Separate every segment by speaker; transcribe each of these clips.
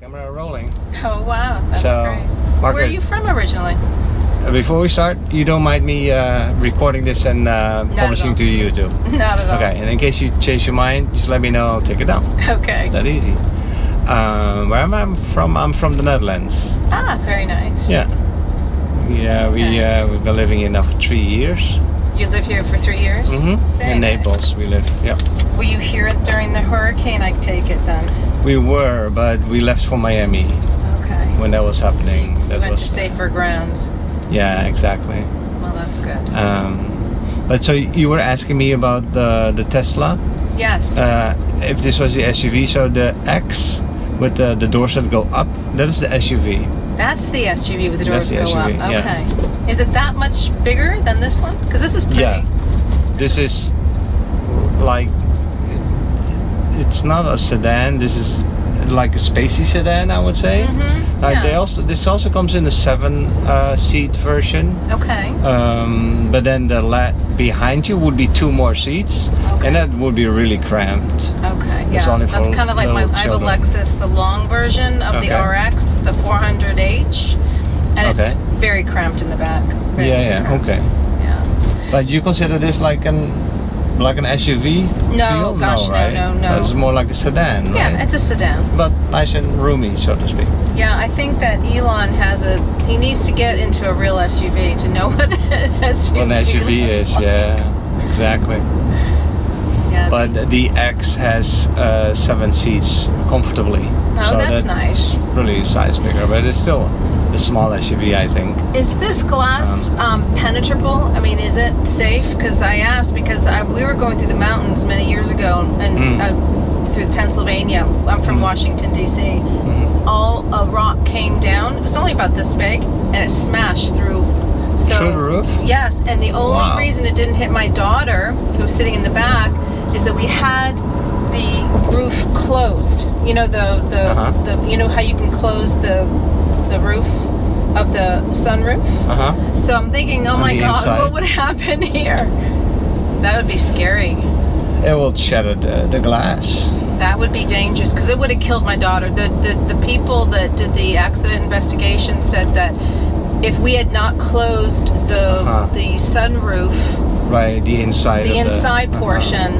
Speaker 1: Camera rolling.
Speaker 2: Oh wow, that's
Speaker 1: so,
Speaker 2: great.
Speaker 1: Margaret,
Speaker 2: Where are you from originally?
Speaker 1: uh, before we start, you don't mind me uh, recording this and uh,
Speaker 2: at
Speaker 1: publishing
Speaker 2: all.
Speaker 1: to YouTube.
Speaker 2: Not at all.
Speaker 1: Okay, and in case you change your mind, just let me know. I'll take it down.
Speaker 2: Okay.
Speaker 1: It's that easy. Um, where am I from? I'm from the Netherlands.
Speaker 2: Ah, very nice.
Speaker 1: Yeah. Yeah, we
Speaker 2: Nice.
Speaker 1: uh, we've been living here now for three years.
Speaker 2: You lived here for three years.
Speaker 1: Mm-hmm.
Speaker 2: Very
Speaker 1: In
Speaker 2: nice.
Speaker 1: Naples, we live. Yeah,
Speaker 2: Were you here during the hurricane? I take it then.
Speaker 1: we were, but we left for Miami
Speaker 2: Okay.
Speaker 1: when that was
Speaker 2: So you
Speaker 1: happening. that
Speaker 2: went
Speaker 1: was uh,
Speaker 2: to safer grounds.
Speaker 1: yeah, exactly.
Speaker 2: Well, that's good.
Speaker 1: Uh, Um, but so you were asking me about the the Tesla.
Speaker 2: Yes.
Speaker 1: uh, if this was the SUV, so the X with the, the doors that go up, that is the SUV.
Speaker 2: that's the SUV with the
Speaker 1: that's the
Speaker 2: doors go up.
Speaker 1: SUV, yeah.
Speaker 2: Okay. Is it that much bigger than this one? Because this is pretty.
Speaker 1: Yeah. This is like it's not a sedan. This is like a spacey sedan, I would say.
Speaker 2: Mm-hmm.
Speaker 1: Like
Speaker 2: yeah.
Speaker 1: they also this also comes in a seven uh, seat version.
Speaker 2: Okay.
Speaker 1: Um, but then the la- behind you would be two more seats,
Speaker 2: Okay.
Speaker 1: and that would be really cramped.
Speaker 2: Okay,
Speaker 1: It's
Speaker 2: yeah,
Speaker 1: only for
Speaker 2: that's kind of like my
Speaker 1: little
Speaker 2: I have a
Speaker 1: children.
Speaker 2: Lexus, the long version of the
Speaker 1: Okay.
Speaker 2: RX, the 400H, and
Speaker 1: Okay.
Speaker 2: it's very cramped in the back. very
Speaker 1: yeah, yeah,
Speaker 2: cramped.
Speaker 1: okay.
Speaker 2: Yeah.
Speaker 1: But you consider this like an like an SUV?
Speaker 2: No,
Speaker 1: feel?
Speaker 2: gosh, no,
Speaker 1: right?
Speaker 2: no, no.
Speaker 1: It's more like a sedan,
Speaker 2: Yeah,
Speaker 1: right?
Speaker 2: it's a sedan.
Speaker 1: but nice and roomy, so to speak.
Speaker 2: Yeah, I think that Elon has a he needs to get into a real SUV to know what an SUV,
Speaker 1: What an SUV
Speaker 2: looks
Speaker 1: is,
Speaker 2: like.
Speaker 1: yeah, exactly.
Speaker 2: Yeah,
Speaker 1: But the X has uh, seven seats comfortably.
Speaker 2: Oh,
Speaker 1: so
Speaker 2: that's nice.
Speaker 1: Really, a size bigger, but it's still a small SUV, I think.
Speaker 2: Is this glass um, penetrable? I mean, is it safe? Because I asked because I, we were going through the mountains many years ago and
Speaker 1: Mm.
Speaker 2: uh, through Pennsylvania. I'm from
Speaker 1: Mm.
Speaker 2: Washington D.C. Mm-hmm.
Speaker 1: Mhm.
Speaker 2: All a rock came down. It was only about this big, and it smashed through. So
Speaker 1: Through the roof?
Speaker 2: Yes, and the only
Speaker 1: Wow.
Speaker 2: reason it didn't hit my daughter, who was sitting in the back, is that we had the roof closed. You know the the,
Speaker 1: Uh-huh.
Speaker 2: the you know how you can close the the roof of the sunroof.
Speaker 1: Uh huh.
Speaker 2: So I'm thinking, oh
Speaker 1: On
Speaker 2: my
Speaker 1: the
Speaker 2: god,
Speaker 1: inside.
Speaker 2: what would happen here? That would be scary.
Speaker 1: It will shatter the, the glass.
Speaker 2: That would be dangerous because it would have killed my daughter. The, the the people that did the accident investigation said that if we had not closed the
Speaker 1: Uh-huh.
Speaker 2: the sunroof,
Speaker 1: Right, the inside.
Speaker 2: the
Speaker 1: of
Speaker 2: inside
Speaker 1: uh-huh.
Speaker 2: portion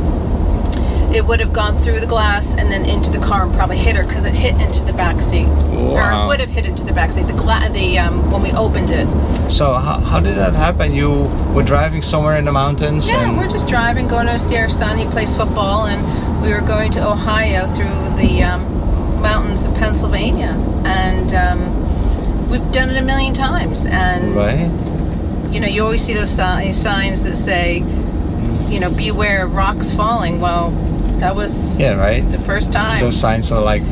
Speaker 2: it would have gone through the glass and then into the car and probably hit her because it hit into the back seat or
Speaker 1: Wow.
Speaker 2: it would have hit into the back seat the gla- the um, when we opened it
Speaker 1: So how, how did that happen? You were driving somewhere in the mountains.
Speaker 2: yeah
Speaker 1: and
Speaker 2: we're just driving going to see our son he plays football and we were going to ohio through the um, mountains of pennsylvania and um, we've done it a million times and
Speaker 1: right.
Speaker 2: you know you always see those si- signs that say you know beware of rocks falling well that was
Speaker 1: Yeah, right.
Speaker 2: the first time
Speaker 1: Those signs are like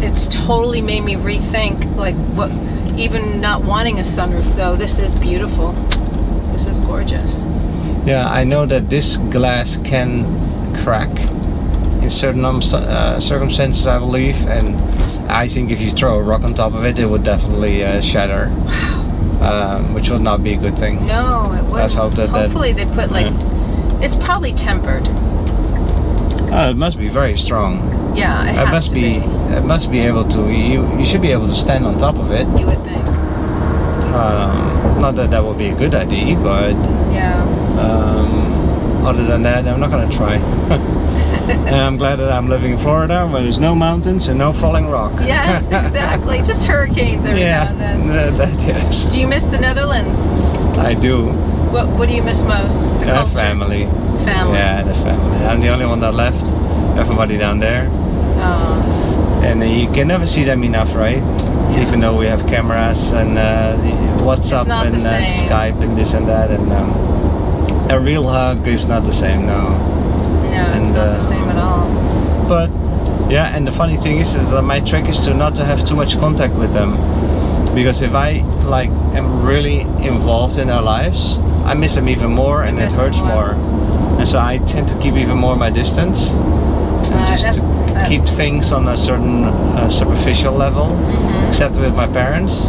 Speaker 2: it's totally made me rethink like what even not wanting a sunroof though this is beautiful this is gorgeous
Speaker 1: Yeah, I know that this glass can crack in certain um, uh, circumstances, I believe, and I think if you throw a rock on top of it, it would definitely uh, shatter, um, which would not be a good thing.
Speaker 2: no it
Speaker 1: Let's
Speaker 2: was
Speaker 1: hope that that-
Speaker 2: hopefully they put like it's probably tempered
Speaker 1: Uh, it must be very strong.
Speaker 2: yeah
Speaker 1: It,
Speaker 2: it, has
Speaker 1: must
Speaker 2: to
Speaker 1: be,
Speaker 2: be.
Speaker 1: It must be able to. You you should be able to stand on top of it.
Speaker 2: you would think
Speaker 1: Um, not that that would be a good idea, but
Speaker 2: yeah
Speaker 1: um, other than that, I'm not gonna try. and I'm glad that I'm living in Florida, where there's no mountains and no falling rock.
Speaker 2: yes exactly just hurricanes every now
Speaker 1: yeah,
Speaker 2: and then
Speaker 1: that, that yes,
Speaker 2: do you miss the netherlands
Speaker 1: I do.
Speaker 2: what what do you miss most the
Speaker 1: Our
Speaker 2: culture
Speaker 1: Uh, family.
Speaker 2: family
Speaker 1: Yeah, the family. I'm the only one that left. Everybody down there,
Speaker 2: Oh,
Speaker 1: and uh, you can never see them enough, right? Even though we have cameras and uh, WhatsApp
Speaker 2: not
Speaker 1: and
Speaker 2: the
Speaker 1: uh,
Speaker 2: same.
Speaker 1: Skype and this and that, and um, a real hug is not the same, no.
Speaker 2: no it's
Speaker 1: And,
Speaker 2: not
Speaker 1: uh,
Speaker 2: the same at all
Speaker 1: But yeah, and the funny thing is, is that my trick is to not to have too much contact with them, because if I like am really involved in their lives, I miss them even more, and it
Speaker 2: miss them
Speaker 1: hurts
Speaker 2: more.
Speaker 1: more. And so I tend to keep even more my distance, and
Speaker 2: Uh,
Speaker 1: just
Speaker 2: that-
Speaker 1: to
Speaker 2: that-
Speaker 1: keep things on a certain uh, superficial level,
Speaker 2: Mhm.
Speaker 1: except with my parents.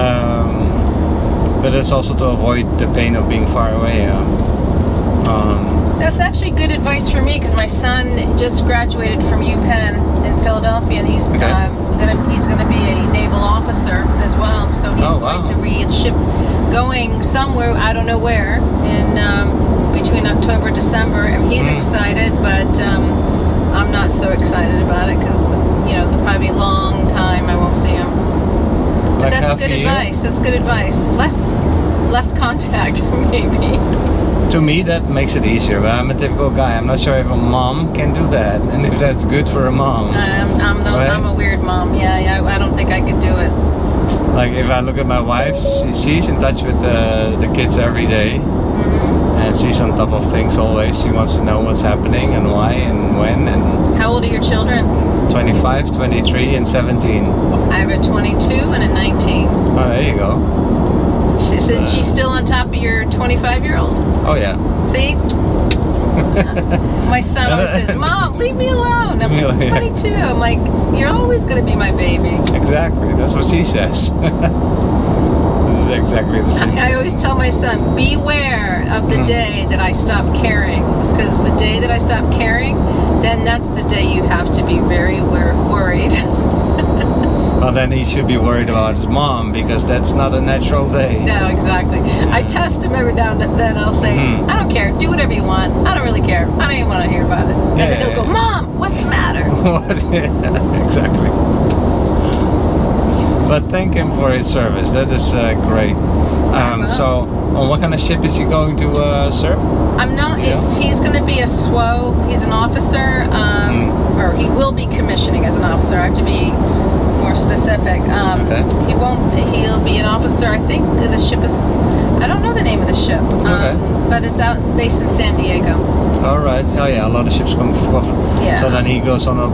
Speaker 1: Um, but it's also to avoid the pain of being far away. Um, um,
Speaker 2: That's actually good advice for me because my son just graduated from UPenn in Philadelphia, and he's
Speaker 1: Okay.
Speaker 2: um, gonna he's gonna be a naval officer as well. So he's
Speaker 1: Oh,
Speaker 2: going
Speaker 1: wow.
Speaker 2: to read ship going somewhere I don't know where in um, between October December, and he's
Speaker 1: Mm.
Speaker 2: excited, but um, I'm not so excited about it because you know there'll probably be a long time I won't see him. But
Speaker 1: Like
Speaker 2: that's
Speaker 1: half
Speaker 2: good
Speaker 1: a year.
Speaker 2: advice. That's good advice. Less less contact maybe.
Speaker 1: To me, that makes it easier, but I'm a typical guy. I'm not sure if a mom can do that and if that's good for a mom.
Speaker 2: I'm, Um, I'm, the,
Speaker 1: Right?
Speaker 2: I'm a weird mom. Yeah, yeah. I don't think I could do it.
Speaker 1: Like, if I look at my wife, she, she's in touch with the, the kids every day
Speaker 2: hmm
Speaker 1: and she's on top of things always. She wants to know what's happening and why and when. And
Speaker 2: How old are your children?
Speaker 1: 25, 23, and 17. Oh,
Speaker 2: I have a 22 and a 19.
Speaker 1: there you go.
Speaker 2: She said
Speaker 1: Uh.
Speaker 2: she's still on top of your 25 year old.
Speaker 1: Oh, yeah.
Speaker 2: See, my son always says, "Mom, leave me alone." I'm
Speaker 1: Yeah,
Speaker 2: like,
Speaker 1: yeah.
Speaker 2: 22. I'm like, "You're always gonna be my baby."
Speaker 1: exactly. That's what she says. this is exactly the same.
Speaker 2: I, I always tell my son, beware of the
Speaker 1: Mhm.
Speaker 2: day that I stop caring. Because the day that I stop caring, then that's the day you have to be very wor- worried.
Speaker 1: Well, then he should be worried about his mom because that's not a natural day.
Speaker 2: no, exactly. I test him every now and then. I'll say,
Speaker 1: Mhm.
Speaker 2: I don't care. Do whatever you want. I don't really care. I don't even want to hear about it. and
Speaker 1: Yeah,
Speaker 2: then
Speaker 1: yeah,
Speaker 2: he'll go,
Speaker 1: yeah.
Speaker 2: Mom, what's the matter?
Speaker 1: What? Yeah, exactly. But thank him for his service. That is uh, great. Um,
Speaker 2: Uh-huh.
Speaker 1: so, on what kind of ship is he going to uh, serve?
Speaker 2: I'm not.
Speaker 1: Yeah.
Speaker 2: It's he's going to be a SWO. He's an officer, um,
Speaker 1: Hmm.
Speaker 2: or he will be commissioning as an officer. I have to be more specific. Um,
Speaker 1: Okay.
Speaker 2: He won't. He'll be an officer. I think the ship is. I don't know the name of the ship,
Speaker 1: Okay.
Speaker 2: um, but it's out based in San Diego.
Speaker 1: All right. Oh yeah, a lot of ships come from.
Speaker 2: Yeah.
Speaker 1: So then he goes on a,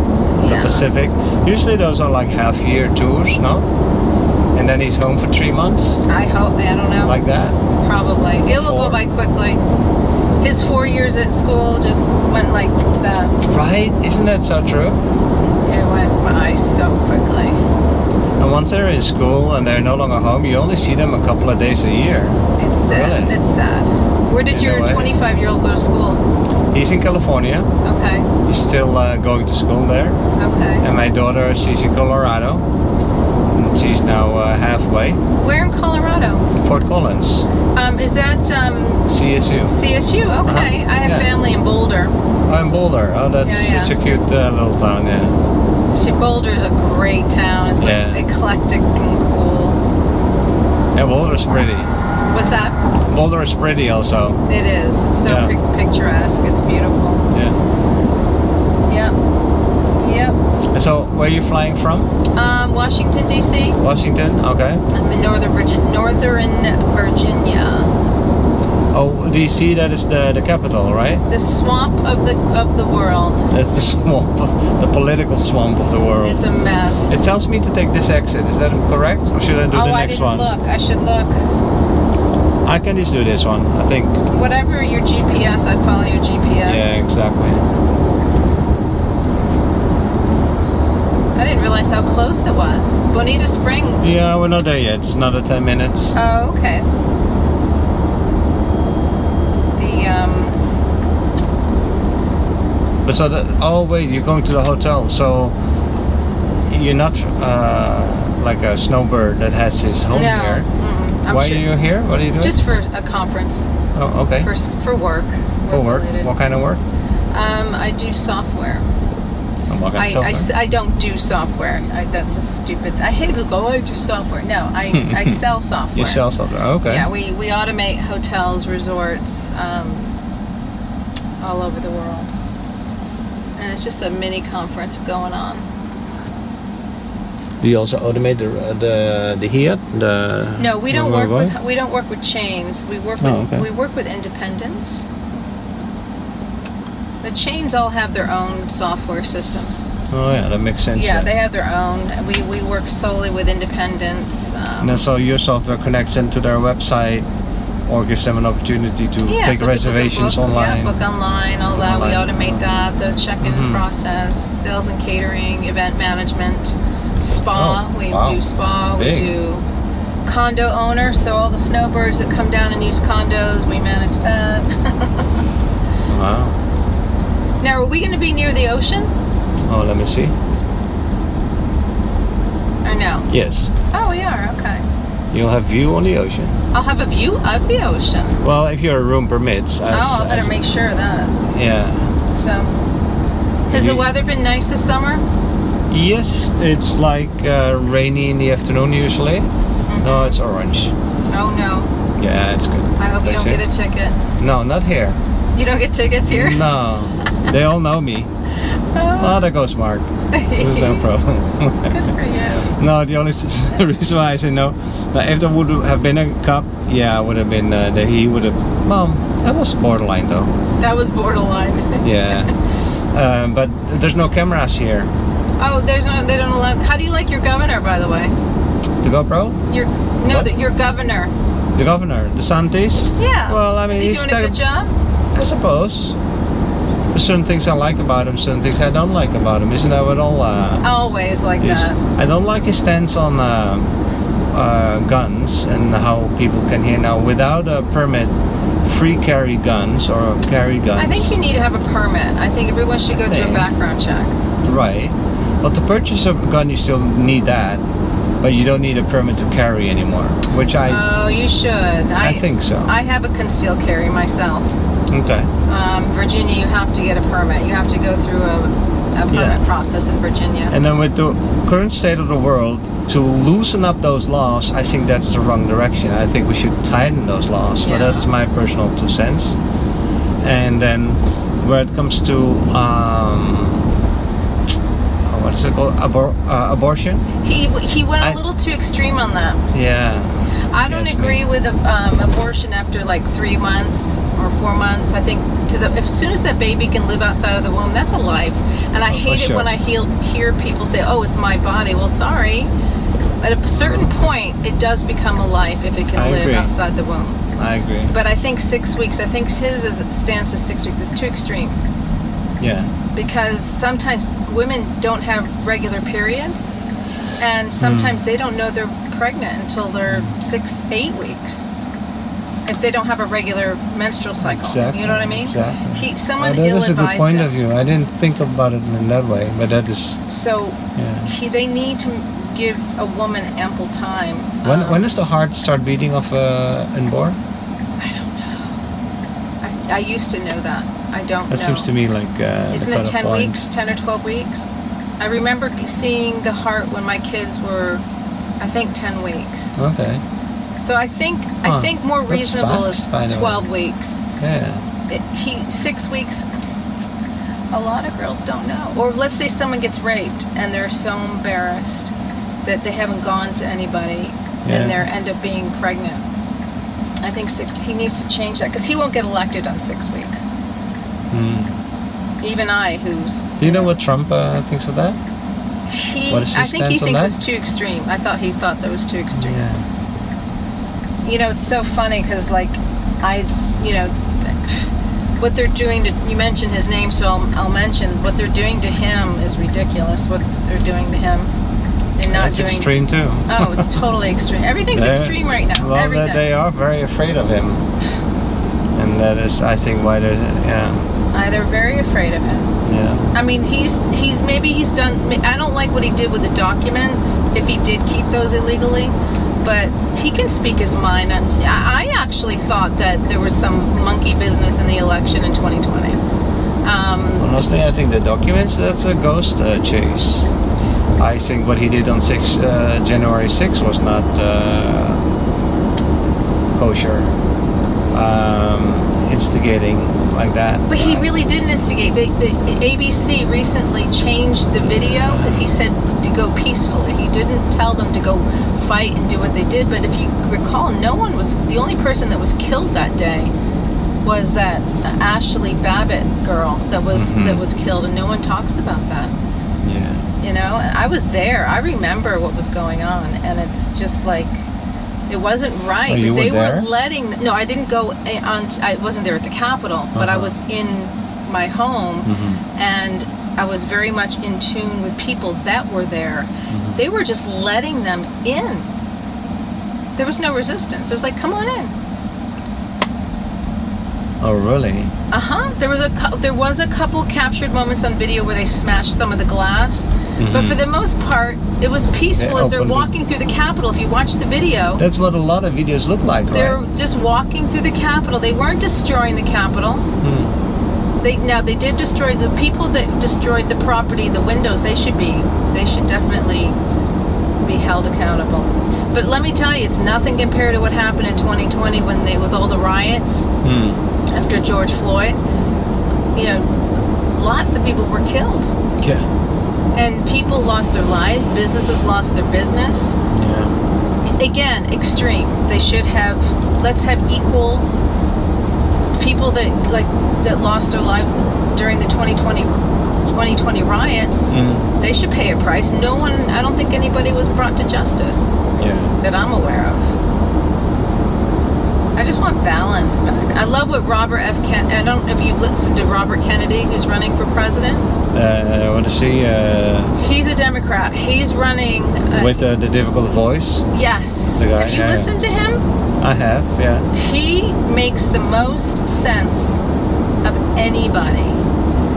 Speaker 2: Yeah.
Speaker 1: the Pacific. Usually those are like half-year tours, no? And then he's home for three months,
Speaker 2: I hope. I don't know.
Speaker 1: like that.
Speaker 2: Probably. It will go
Speaker 1: Four.
Speaker 2: by quickly. His four years at school just went like that.
Speaker 1: Right? Isn't that so true?
Speaker 2: It went by so quickly.
Speaker 1: And once they're in school and they're no longer home, you only see them a couple of days a year.
Speaker 2: It's sad.
Speaker 1: Really?
Speaker 2: It's sad. Where did
Speaker 1: You know
Speaker 2: your
Speaker 1: what?
Speaker 2: 25 year old go to school?
Speaker 1: He's in California.
Speaker 2: Okay.
Speaker 1: He's still uh, going to school there.
Speaker 2: Okay.
Speaker 1: And my daughter, she's in Colorado. And she's now uh, halfway.
Speaker 2: Where in Colorado?
Speaker 1: Fort Collins,
Speaker 2: Um, is that um,
Speaker 1: CSU.
Speaker 2: CSU? Okay. I have
Speaker 1: Uh-huh. Yeah.
Speaker 2: family in Boulder.
Speaker 1: Oh, in Boulder. Oh, that's
Speaker 2: Yeah, yeah.
Speaker 1: such a cute uh, little town. Yeah.
Speaker 2: She, Boulder is a great town. It's
Speaker 1: Yeah.
Speaker 2: like eclectic and cool.
Speaker 1: Yeah, Boulder's pretty.
Speaker 2: What's that?
Speaker 1: Boulder is pretty also.
Speaker 2: It is. It's so
Speaker 1: Yeah.
Speaker 2: pic- picturesque. It's beautiful.
Speaker 1: Yeah.
Speaker 2: Yep. Yep.
Speaker 1: And so, where are you flying from?
Speaker 2: Um, Washington D.C.
Speaker 1: Washington. Okay.
Speaker 2: I'm in northern Virgin- Northern Virginia.
Speaker 1: Oh, DC. That is the the capital, right?
Speaker 2: The swamp of the of the world.
Speaker 1: That's the swamp, of, the political swamp of the world.
Speaker 2: It's a mess.
Speaker 1: it tells me to take this exit. Is that correct, or should I do
Speaker 2: oh,
Speaker 1: the next
Speaker 2: I didn't
Speaker 1: one?
Speaker 2: look. I should look.
Speaker 1: I can just do this one. I think.
Speaker 2: Whatever your GPS, I'd follow your GPS.
Speaker 1: Yeah, exactly.
Speaker 2: I didn't realize how close it was. Bonita Springs.
Speaker 1: Yeah, we're not there yet. It's another 10 minutes.
Speaker 2: Oh, okay. The um,
Speaker 1: But so the, oh wait, you're going to the hotel. So you're not uh, like a snowbird that has his
Speaker 2: no.
Speaker 1: home here.
Speaker 2: mm-mm, I'm
Speaker 1: Why
Speaker 2: sure-
Speaker 1: are you here? What are you doing?
Speaker 2: Just for a conference,
Speaker 1: oh, okay.
Speaker 2: for s- for work.
Speaker 1: For work.
Speaker 2: related.
Speaker 1: What kind of work?
Speaker 2: Um, I do software.
Speaker 1: Oh, what kind
Speaker 2: I,
Speaker 1: of
Speaker 2: I s-
Speaker 1: software?
Speaker 2: I don't do software. I, that's a stupid. I hate people go. "Oh, I do software. No, I I sell software.
Speaker 1: You sell software. Okay.
Speaker 2: Yeah, we, we automate hotels, resorts, um, all over the world. And it's just a mini conference going on.
Speaker 1: Do you also automate the the the Hiat? The
Speaker 2: No, we don't work with we don't work with chains. We work with
Speaker 1: Oh, okay.
Speaker 2: we work with independents. The chains all have their own software systems.
Speaker 1: Oh yeah, that makes sense.
Speaker 2: yeah,
Speaker 1: then.
Speaker 2: they have their own. And We we work solely with independents. Um,
Speaker 1: And then so your software connects them to their website, or gives them an opportunity to
Speaker 2: yeah,
Speaker 1: take
Speaker 2: so people can
Speaker 1: reservations
Speaker 2: book,
Speaker 1: online.
Speaker 2: Yeah, book online, all
Speaker 1: Book
Speaker 2: that. We
Speaker 1: online.
Speaker 2: automate that. The check-in
Speaker 1: Mhm.
Speaker 2: process, sales and catering, event management, spa.
Speaker 1: Oh,
Speaker 2: we
Speaker 1: wow.
Speaker 2: do spa.
Speaker 1: Big.
Speaker 2: We do condo owners. So all the snowbirds that come down and use condos, we manage that.
Speaker 1: Wow.
Speaker 2: now, are we going to be near the ocean?
Speaker 1: Oh, let me see. Yes.
Speaker 2: Oh, we are. Okay.
Speaker 1: You'll have view on the ocean.
Speaker 2: I'll have a view of the ocean.
Speaker 1: Well, if your room permits. As,
Speaker 2: oh, I better
Speaker 1: as-
Speaker 2: make sure of that.
Speaker 1: Yeah.
Speaker 2: So, has the
Speaker 1: You-
Speaker 2: weather been nice this summer?
Speaker 1: Yes, it's like uh, rainy in the afternoon usually. No, it's orange.
Speaker 2: Oh no.
Speaker 1: Yeah, it's good.
Speaker 2: I hope you
Speaker 1: That's
Speaker 2: don't
Speaker 1: it.
Speaker 2: get a ticket.
Speaker 1: No, not here.
Speaker 2: You don't get tickets here.
Speaker 1: No, they all know me.
Speaker 2: Oh.
Speaker 1: Oh, there goes Mark. There's no problem.
Speaker 2: Good for you.
Speaker 1: no, the only s- reason why I say no, that if there would have been a cup, yeah, would have been uh, that he would have. Well, that was borderline though.
Speaker 2: That was borderline.
Speaker 1: Yeah, um, but there's no cameras here.
Speaker 2: Oh, there's no. They don't allow. How do you like your governor, by the way?
Speaker 1: The GoPro,
Speaker 2: Your no,
Speaker 1: What?
Speaker 2: the, your governor.
Speaker 1: the governor, the Santis.
Speaker 2: Yeah.
Speaker 1: Well, I mean,
Speaker 2: is he
Speaker 1: he's
Speaker 2: doing
Speaker 1: stuck-
Speaker 2: a good job?
Speaker 1: I suppose. There's certain things I like about him, certain things I don't like about him. Isn't that what all? Uh,
Speaker 2: Always like
Speaker 1: Yes.
Speaker 2: that.
Speaker 1: I don't like his stance on uh, uh, guns and how people can here now without a permit free carry guns or carry guns.
Speaker 2: I think you need to have a permit. I think everyone should go through a
Speaker 1: Thing.
Speaker 2: background check.
Speaker 1: right. Well, to purchase a gun, you still need that, but you don't need a permit to carry anymore, which I
Speaker 2: oh, you should. I,
Speaker 1: I, think so.
Speaker 2: I have a concealed carry myself.
Speaker 1: okay.
Speaker 2: Um, Virginia, you have to get a permit. You have to go through a, a permit
Speaker 1: Yeah.
Speaker 2: process in Virginia.
Speaker 1: And then with the current state of the world, to loosen up those laws, I think that's the wrong direction. I think we should tighten those laws. But that
Speaker 2: Yeah.
Speaker 1: is my personal two cents. And then where it comes to um, what is it called? Abor- uh, abortion?
Speaker 2: He he went
Speaker 1: I-
Speaker 2: a little too extreme on that.
Speaker 1: Yeah.
Speaker 2: I don't
Speaker 1: Yes,
Speaker 2: agree with um, abortion after like three months or four months. I think because as soon as that baby can live outside of the womb, that's a life. And I
Speaker 1: Oh, for
Speaker 2: hate it
Speaker 1: sure.
Speaker 2: when I heal, hear people say, "Oh, it's my body." Well, sorry. At a certain point, it does become a life if it can
Speaker 1: I
Speaker 2: live
Speaker 1: agree.
Speaker 2: outside the womb.
Speaker 1: I agree.
Speaker 2: But I think six weeks. I think his is, stance is six weeks is too extreme
Speaker 1: Yeah.
Speaker 2: because sometimes women don't have regular periods, and
Speaker 1: Hmm.
Speaker 2: sometimes they don't know they're pregnant until they're six, eight weeks. If they don't have a regular menstrual cycle, you know what I mean.
Speaker 1: Exactly.
Speaker 2: He,
Speaker 1: Oh,
Speaker 2: someone
Speaker 1: that is a good
Speaker 2: ill-advised
Speaker 1: point
Speaker 2: him.
Speaker 1: of view. I didn't think about it in that way, but that is
Speaker 2: So
Speaker 1: yeah.
Speaker 2: he, they need to give a woman ample time.
Speaker 1: When,
Speaker 2: Um,
Speaker 1: when does the heart start beating of uh, unborn?
Speaker 2: I, I used to know that. I don't.
Speaker 1: That
Speaker 2: know.
Speaker 1: seems to me like uh, the
Speaker 2: Isn't it
Speaker 1: cutoff
Speaker 2: 10
Speaker 1: point.
Speaker 2: weeks, 10 or 12 weeks? I remember seeing the heart when my kids were, I think, 10 weeks.
Speaker 1: Okay.
Speaker 2: So I think I
Speaker 1: Huh.
Speaker 2: think more
Speaker 1: That's
Speaker 2: reasonable
Speaker 1: fast, by
Speaker 2: is
Speaker 1: the way.
Speaker 2: 12 weeks.
Speaker 1: Yeah.
Speaker 2: It, he six weeks. A lot of girls don't know. Or let's say someone gets raped and they're so embarrassed that they haven't gone to anybody
Speaker 1: Yeah.
Speaker 2: and they end up being pregnant. I think six. He needs to change that because he won't get elected on six weeks.
Speaker 1: Hmm.
Speaker 2: Even I, who's
Speaker 1: Do you know what Trump uh, thinks of that?
Speaker 2: he,
Speaker 1: What is
Speaker 2: I
Speaker 1: his
Speaker 2: think he
Speaker 1: stance on
Speaker 2: thinks
Speaker 1: that?
Speaker 2: it's too extreme. I thought he thought that was too extreme.
Speaker 1: Yeah.
Speaker 2: you know it's so funny because like i you know what they're doing to you mentioned his name so I'll, I'll mention what they're doing to him is ridiculous what they're doing to him and not
Speaker 1: That's
Speaker 2: doing
Speaker 1: extreme too.
Speaker 2: oh it's totally extreme everything's
Speaker 1: They're-
Speaker 2: extreme right now
Speaker 1: Well, they-
Speaker 2: everything
Speaker 1: they are very afraid of him, and that is, I think, why they're yeah,
Speaker 2: Uh, they're very afraid of him
Speaker 1: yeah.
Speaker 2: i mean he's he's maybe he's done i don't like what he did with the documents if he did keep those illegally but he can speak his mind on, i I actually thought that there was some monkey business in the election in 2020 um,
Speaker 1: Honestly, I think the documents that's a ghost uh, chase. I think what he did on six uh, January 6 was not uh, kosher. Um, instigating like that.
Speaker 2: But he really didn't instigate. The, the ABC recently changed the video. He said to go peacefully. He didn't tell them to go fight and do what they did. But if you recall, no one was the only person that was killed that day was that Ashley Babbitt girl that was
Speaker 1: Mhm.
Speaker 2: that was killed, and no one talks about that.
Speaker 1: Yeah.
Speaker 2: You know, and I was there. I remember what was going on, and it's just like. It wasn't right.
Speaker 1: Oh, you
Speaker 2: they
Speaker 1: were there?
Speaker 2: not letting. No, I didn't go eh, on. t- I wasn't there at the Capitol, but I
Speaker 1: Uh-huh.
Speaker 2: was in my home,
Speaker 1: Mhm.
Speaker 2: and I was very much in tune with people that were there. They were just letting them in. There was no resistance. It was like, come on in.
Speaker 1: Oh, really?
Speaker 2: Uh-huh. Uh huh. There was a cou- there was a couple captured moments on video where they smashed some of the glass, But for the most part, it was peaceful
Speaker 1: They
Speaker 2: as they're
Speaker 1: opened it.
Speaker 2: walking through the Capitol. If you watch the video,
Speaker 1: That's what a lot of videos look like,
Speaker 2: they're
Speaker 1: right?
Speaker 2: just walking through the Capitol. They weren't destroying the Capitol.
Speaker 1: Hmm.
Speaker 2: They now they did destroy the people that destroyed the property, the windows. They should be they should definitely be held accountable. But let me tell you, it's nothing compared to what happened in 2020 when they with all the riots
Speaker 1: Hmm.
Speaker 2: after George Floyd. You know, lots of people were killed,
Speaker 1: Yeah.
Speaker 2: and people lost their lives. Businesses lost their business.
Speaker 1: Yeah.
Speaker 2: again extreme they should have let's have equal people that like that lost their lives during the 2020 2020 riots
Speaker 1: Hmm.
Speaker 2: they should pay a price no one i don't think anybody was brought to justice
Speaker 1: Yeah.
Speaker 2: that i'm aware of i just want balance back i love what robert f Ken- i don't know if you've listened to robert kennedy who's running for president
Speaker 1: Uh, I want to see uh,
Speaker 2: he's a democrat he's running uh,
Speaker 1: with uh, the difficult voice.
Speaker 2: yes
Speaker 1: The guy,
Speaker 2: have
Speaker 1: yeah,
Speaker 2: you
Speaker 1: yeah.
Speaker 2: listened to him
Speaker 1: I have. Yeah.
Speaker 2: He makes the most sense of anybody.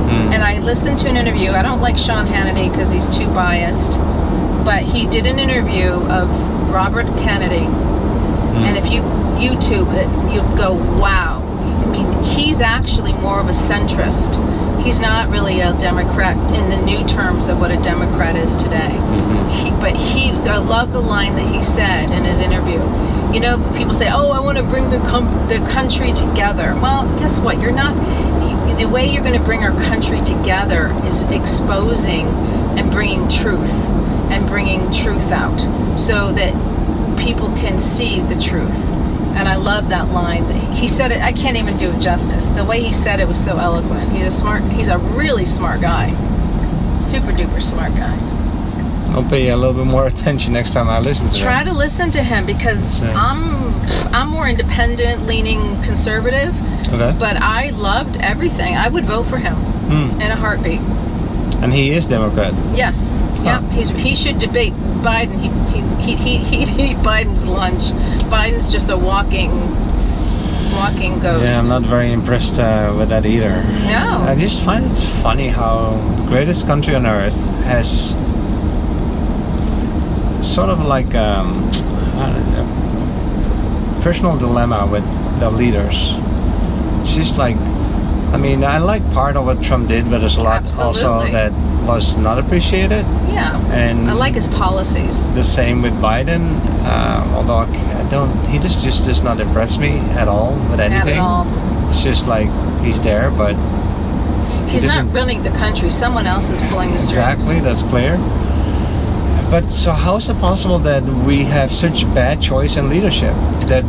Speaker 1: Hmm.
Speaker 2: And I listened to an interview. I don't like Sean Hannity because he's too biased, but he did an interview of Robert Kennedy.
Speaker 1: Hmm.
Speaker 2: And if you YouTube it, you'll go, wow. I mean, he's actually more of a centrist. If He's not really a Democrat in the new terms of what a Democrat is today.
Speaker 1: Mhm.
Speaker 2: He, but he, I love the line that he said in his interview. You know, people say, "Oh, I want to bring the com- the country together." Well, guess what? You're not. You, the way you're going to bring our country together is exposing and bringing truth and bringing truth out, so that people can see the truth. And I love that line. That he- he said it. I can't even do it justice. The way he said it was so eloquent. He's a smart. He's a really smart guy. Super duper smart guy.
Speaker 1: I'll pay a little bit more attention next time I listen to
Speaker 2: Try
Speaker 1: them.
Speaker 2: to listen to him because
Speaker 1: Same.
Speaker 2: I'm I'm more independent, leaning conservative,
Speaker 1: Okay.
Speaker 2: but I loved everything. I would vote for him
Speaker 1: Hmm.
Speaker 2: in a heartbeat.
Speaker 1: And he is Democrat.
Speaker 2: Yes.
Speaker 1: Huh.
Speaker 2: Yep. He's he should debate Biden. He he he he he eat Biden's lunch. Biden's just a walking walking ghost.
Speaker 1: Yeah, I'm not very impressed uh, with that either.
Speaker 2: No.
Speaker 1: I just find it funny how the greatest country on earth has sort of like um, I don't know, personal dilemma with the leaders. It's just like, I mean, I like part of what Trump did, but there's a lot also
Speaker 2: Absolutely.
Speaker 1: that was not appreciated.
Speaker 2: yeah.
Speaker 1: And
Speaker 2: I like his policies.
Speaker 1: the same with Biden. Uh, although I, c- I don't, he just just does not impress me at all with
Speaker 2: Not
Speaker 1: anything.
Speaker 2: at all.
Speaker 1: It's just like he's there, but
Speaker 2: He's
Speaker 1: doesn't-
Speaker 2: not running the country. Someone else is pulling the strings.
Speaker 1: exactly that's clear. But so how is it possible that we have such bad choice in leadership that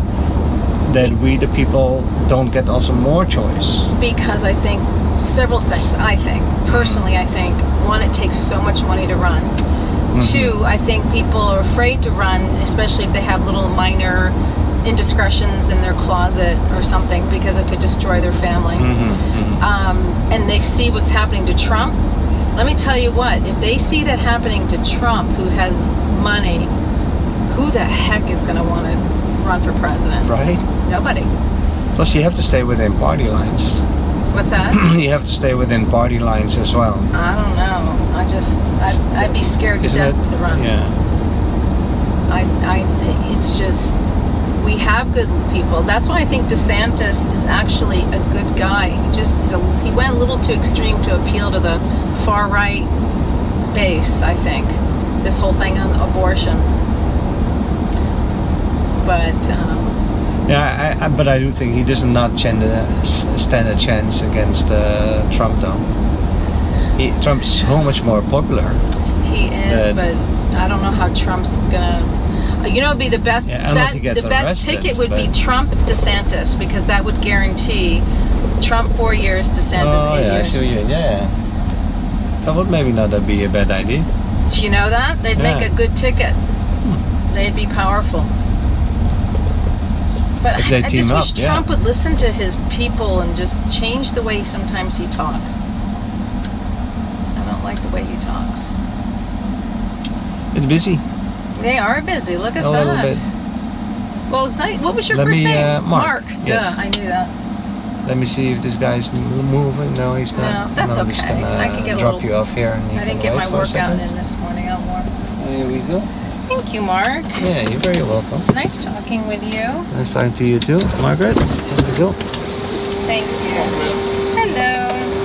Speaker 1: that we the people don't get also more choice?
Speaker 2: because I think several things. I think personally, I think one, it takes so much money to run.
Speaker 1: Mm-hmm.
Speaker 2: Two, I think people are afraid to run, especially if they have little minor indiscretions in their closet or something, because it could destroy their family.
Speaker 1: Mm-hmm.
Speaker 2: Um, and they see what's happening to Trump. Let me tell you what: if they see that happening to Trump, who has money, who the heck is going to want to run for president?
Speaker 1: mm-hmm. Right.
Speaker 2: Nobody.
Speaker 1: Plus, you have to stay within party lines.
Speaker 2: What's that?
Speaker 1: you have to stay within party lines as well.
Speaker 2: I don't know. I just, I'd, I'd be scared to
Speaker 1: Isn't
Speaker 2: death
Speaker 1: it?
Speaker 2: to run.
Speaker 1: Yeah.
Speaker 2: I, I, it's just, we have good people. That's why I think DeSantis is actually a good guy. He just, he's a, he went a little too extreme to appeal to the far right base, I think. This whole thing on abortion. But, um,
Speaker 1: Yeah, I, I, but I do think he does not chen- uh, s- stand a chance against uh, Trump, though. He, Trump's so much more popular.
Speaker 2: he is,
Speaker 1: Uh,
Speaker 2: but I don't know how Trump's gonna. You know, it'd be the best.
Speaker 1: Yeah, unless
Speaker 2: that,
Speaker 1: he gets
Speaker 2: the best
Speaker 1: arrested,
Speaker 2: ticket would be
Speaker 1: but-
Speaker 2: Trump DeSantis because that would guarantee Trump four years, DeSantis
Speaker 1: oh,
Speaker 2: eight
Speaker 1: yeah, I
Speaker 2: years.
Speaker 1: see what you yeah, yeah. That would maybe not uh, be a bad idea.
Speaker 2: Do you know that they'd make
Speaker 1: Yeah.
Speaker 2: a good ticket. They'd be powerful. But
Speaker 1: If
Speaker 2: I,
Speaker 1: they
Speaker 2: I just
Speaker 1: team
Speaker 2: wish
Speaker 1: up, yeah.
Speaker 2: Trump would listen to his people and just change the way sometimes he talks. I don't like the way he talks.
Speaker 1: It's busy.
Speaker 2: They are busy. Look at
Speaker 1: A
Speaker 2: that.
Speaker 1: little bit.
Speaker 2: Well, it's nice. What was your
Speaker 1: Let
Speaker 2: first
Speaker 1: me,
Speaker 2: name?
Speaker 1: uh, Mark.
Speaker 2: Duh,
Speaker 1: Yes.
Speaker 2: I knew that.
Speaker 1: Let me see if this guy's m- moving. No, he's not.
Speaker 2: No, that's
Speaker 1: I'm just
Speaker 2: okay.
Speaker 1: gonna
Speaker 2: I can get a
Speaker 1: drop
Speaker 2: little-
Speaker 1: you off here. And you
Speaker 2: I didn't
Speaker 1: can
Speaker 2: get
Speaker 1: wait
Speaker 2: my
Speaker 1: for a
Speaker 2: workout
Speaker 1: second.
Speaker 2: in this morning. I'm warm.
Speaker 1: There we go.
Speaker 2: Thank you, Mark.
Speaker 1: Yeah, you're very welcome.
Speaker 2: Nice talking with you.
Speaker 1: Nice talking to you too, Margaret. Here we go.
Speaker 2: Thank you. Hello.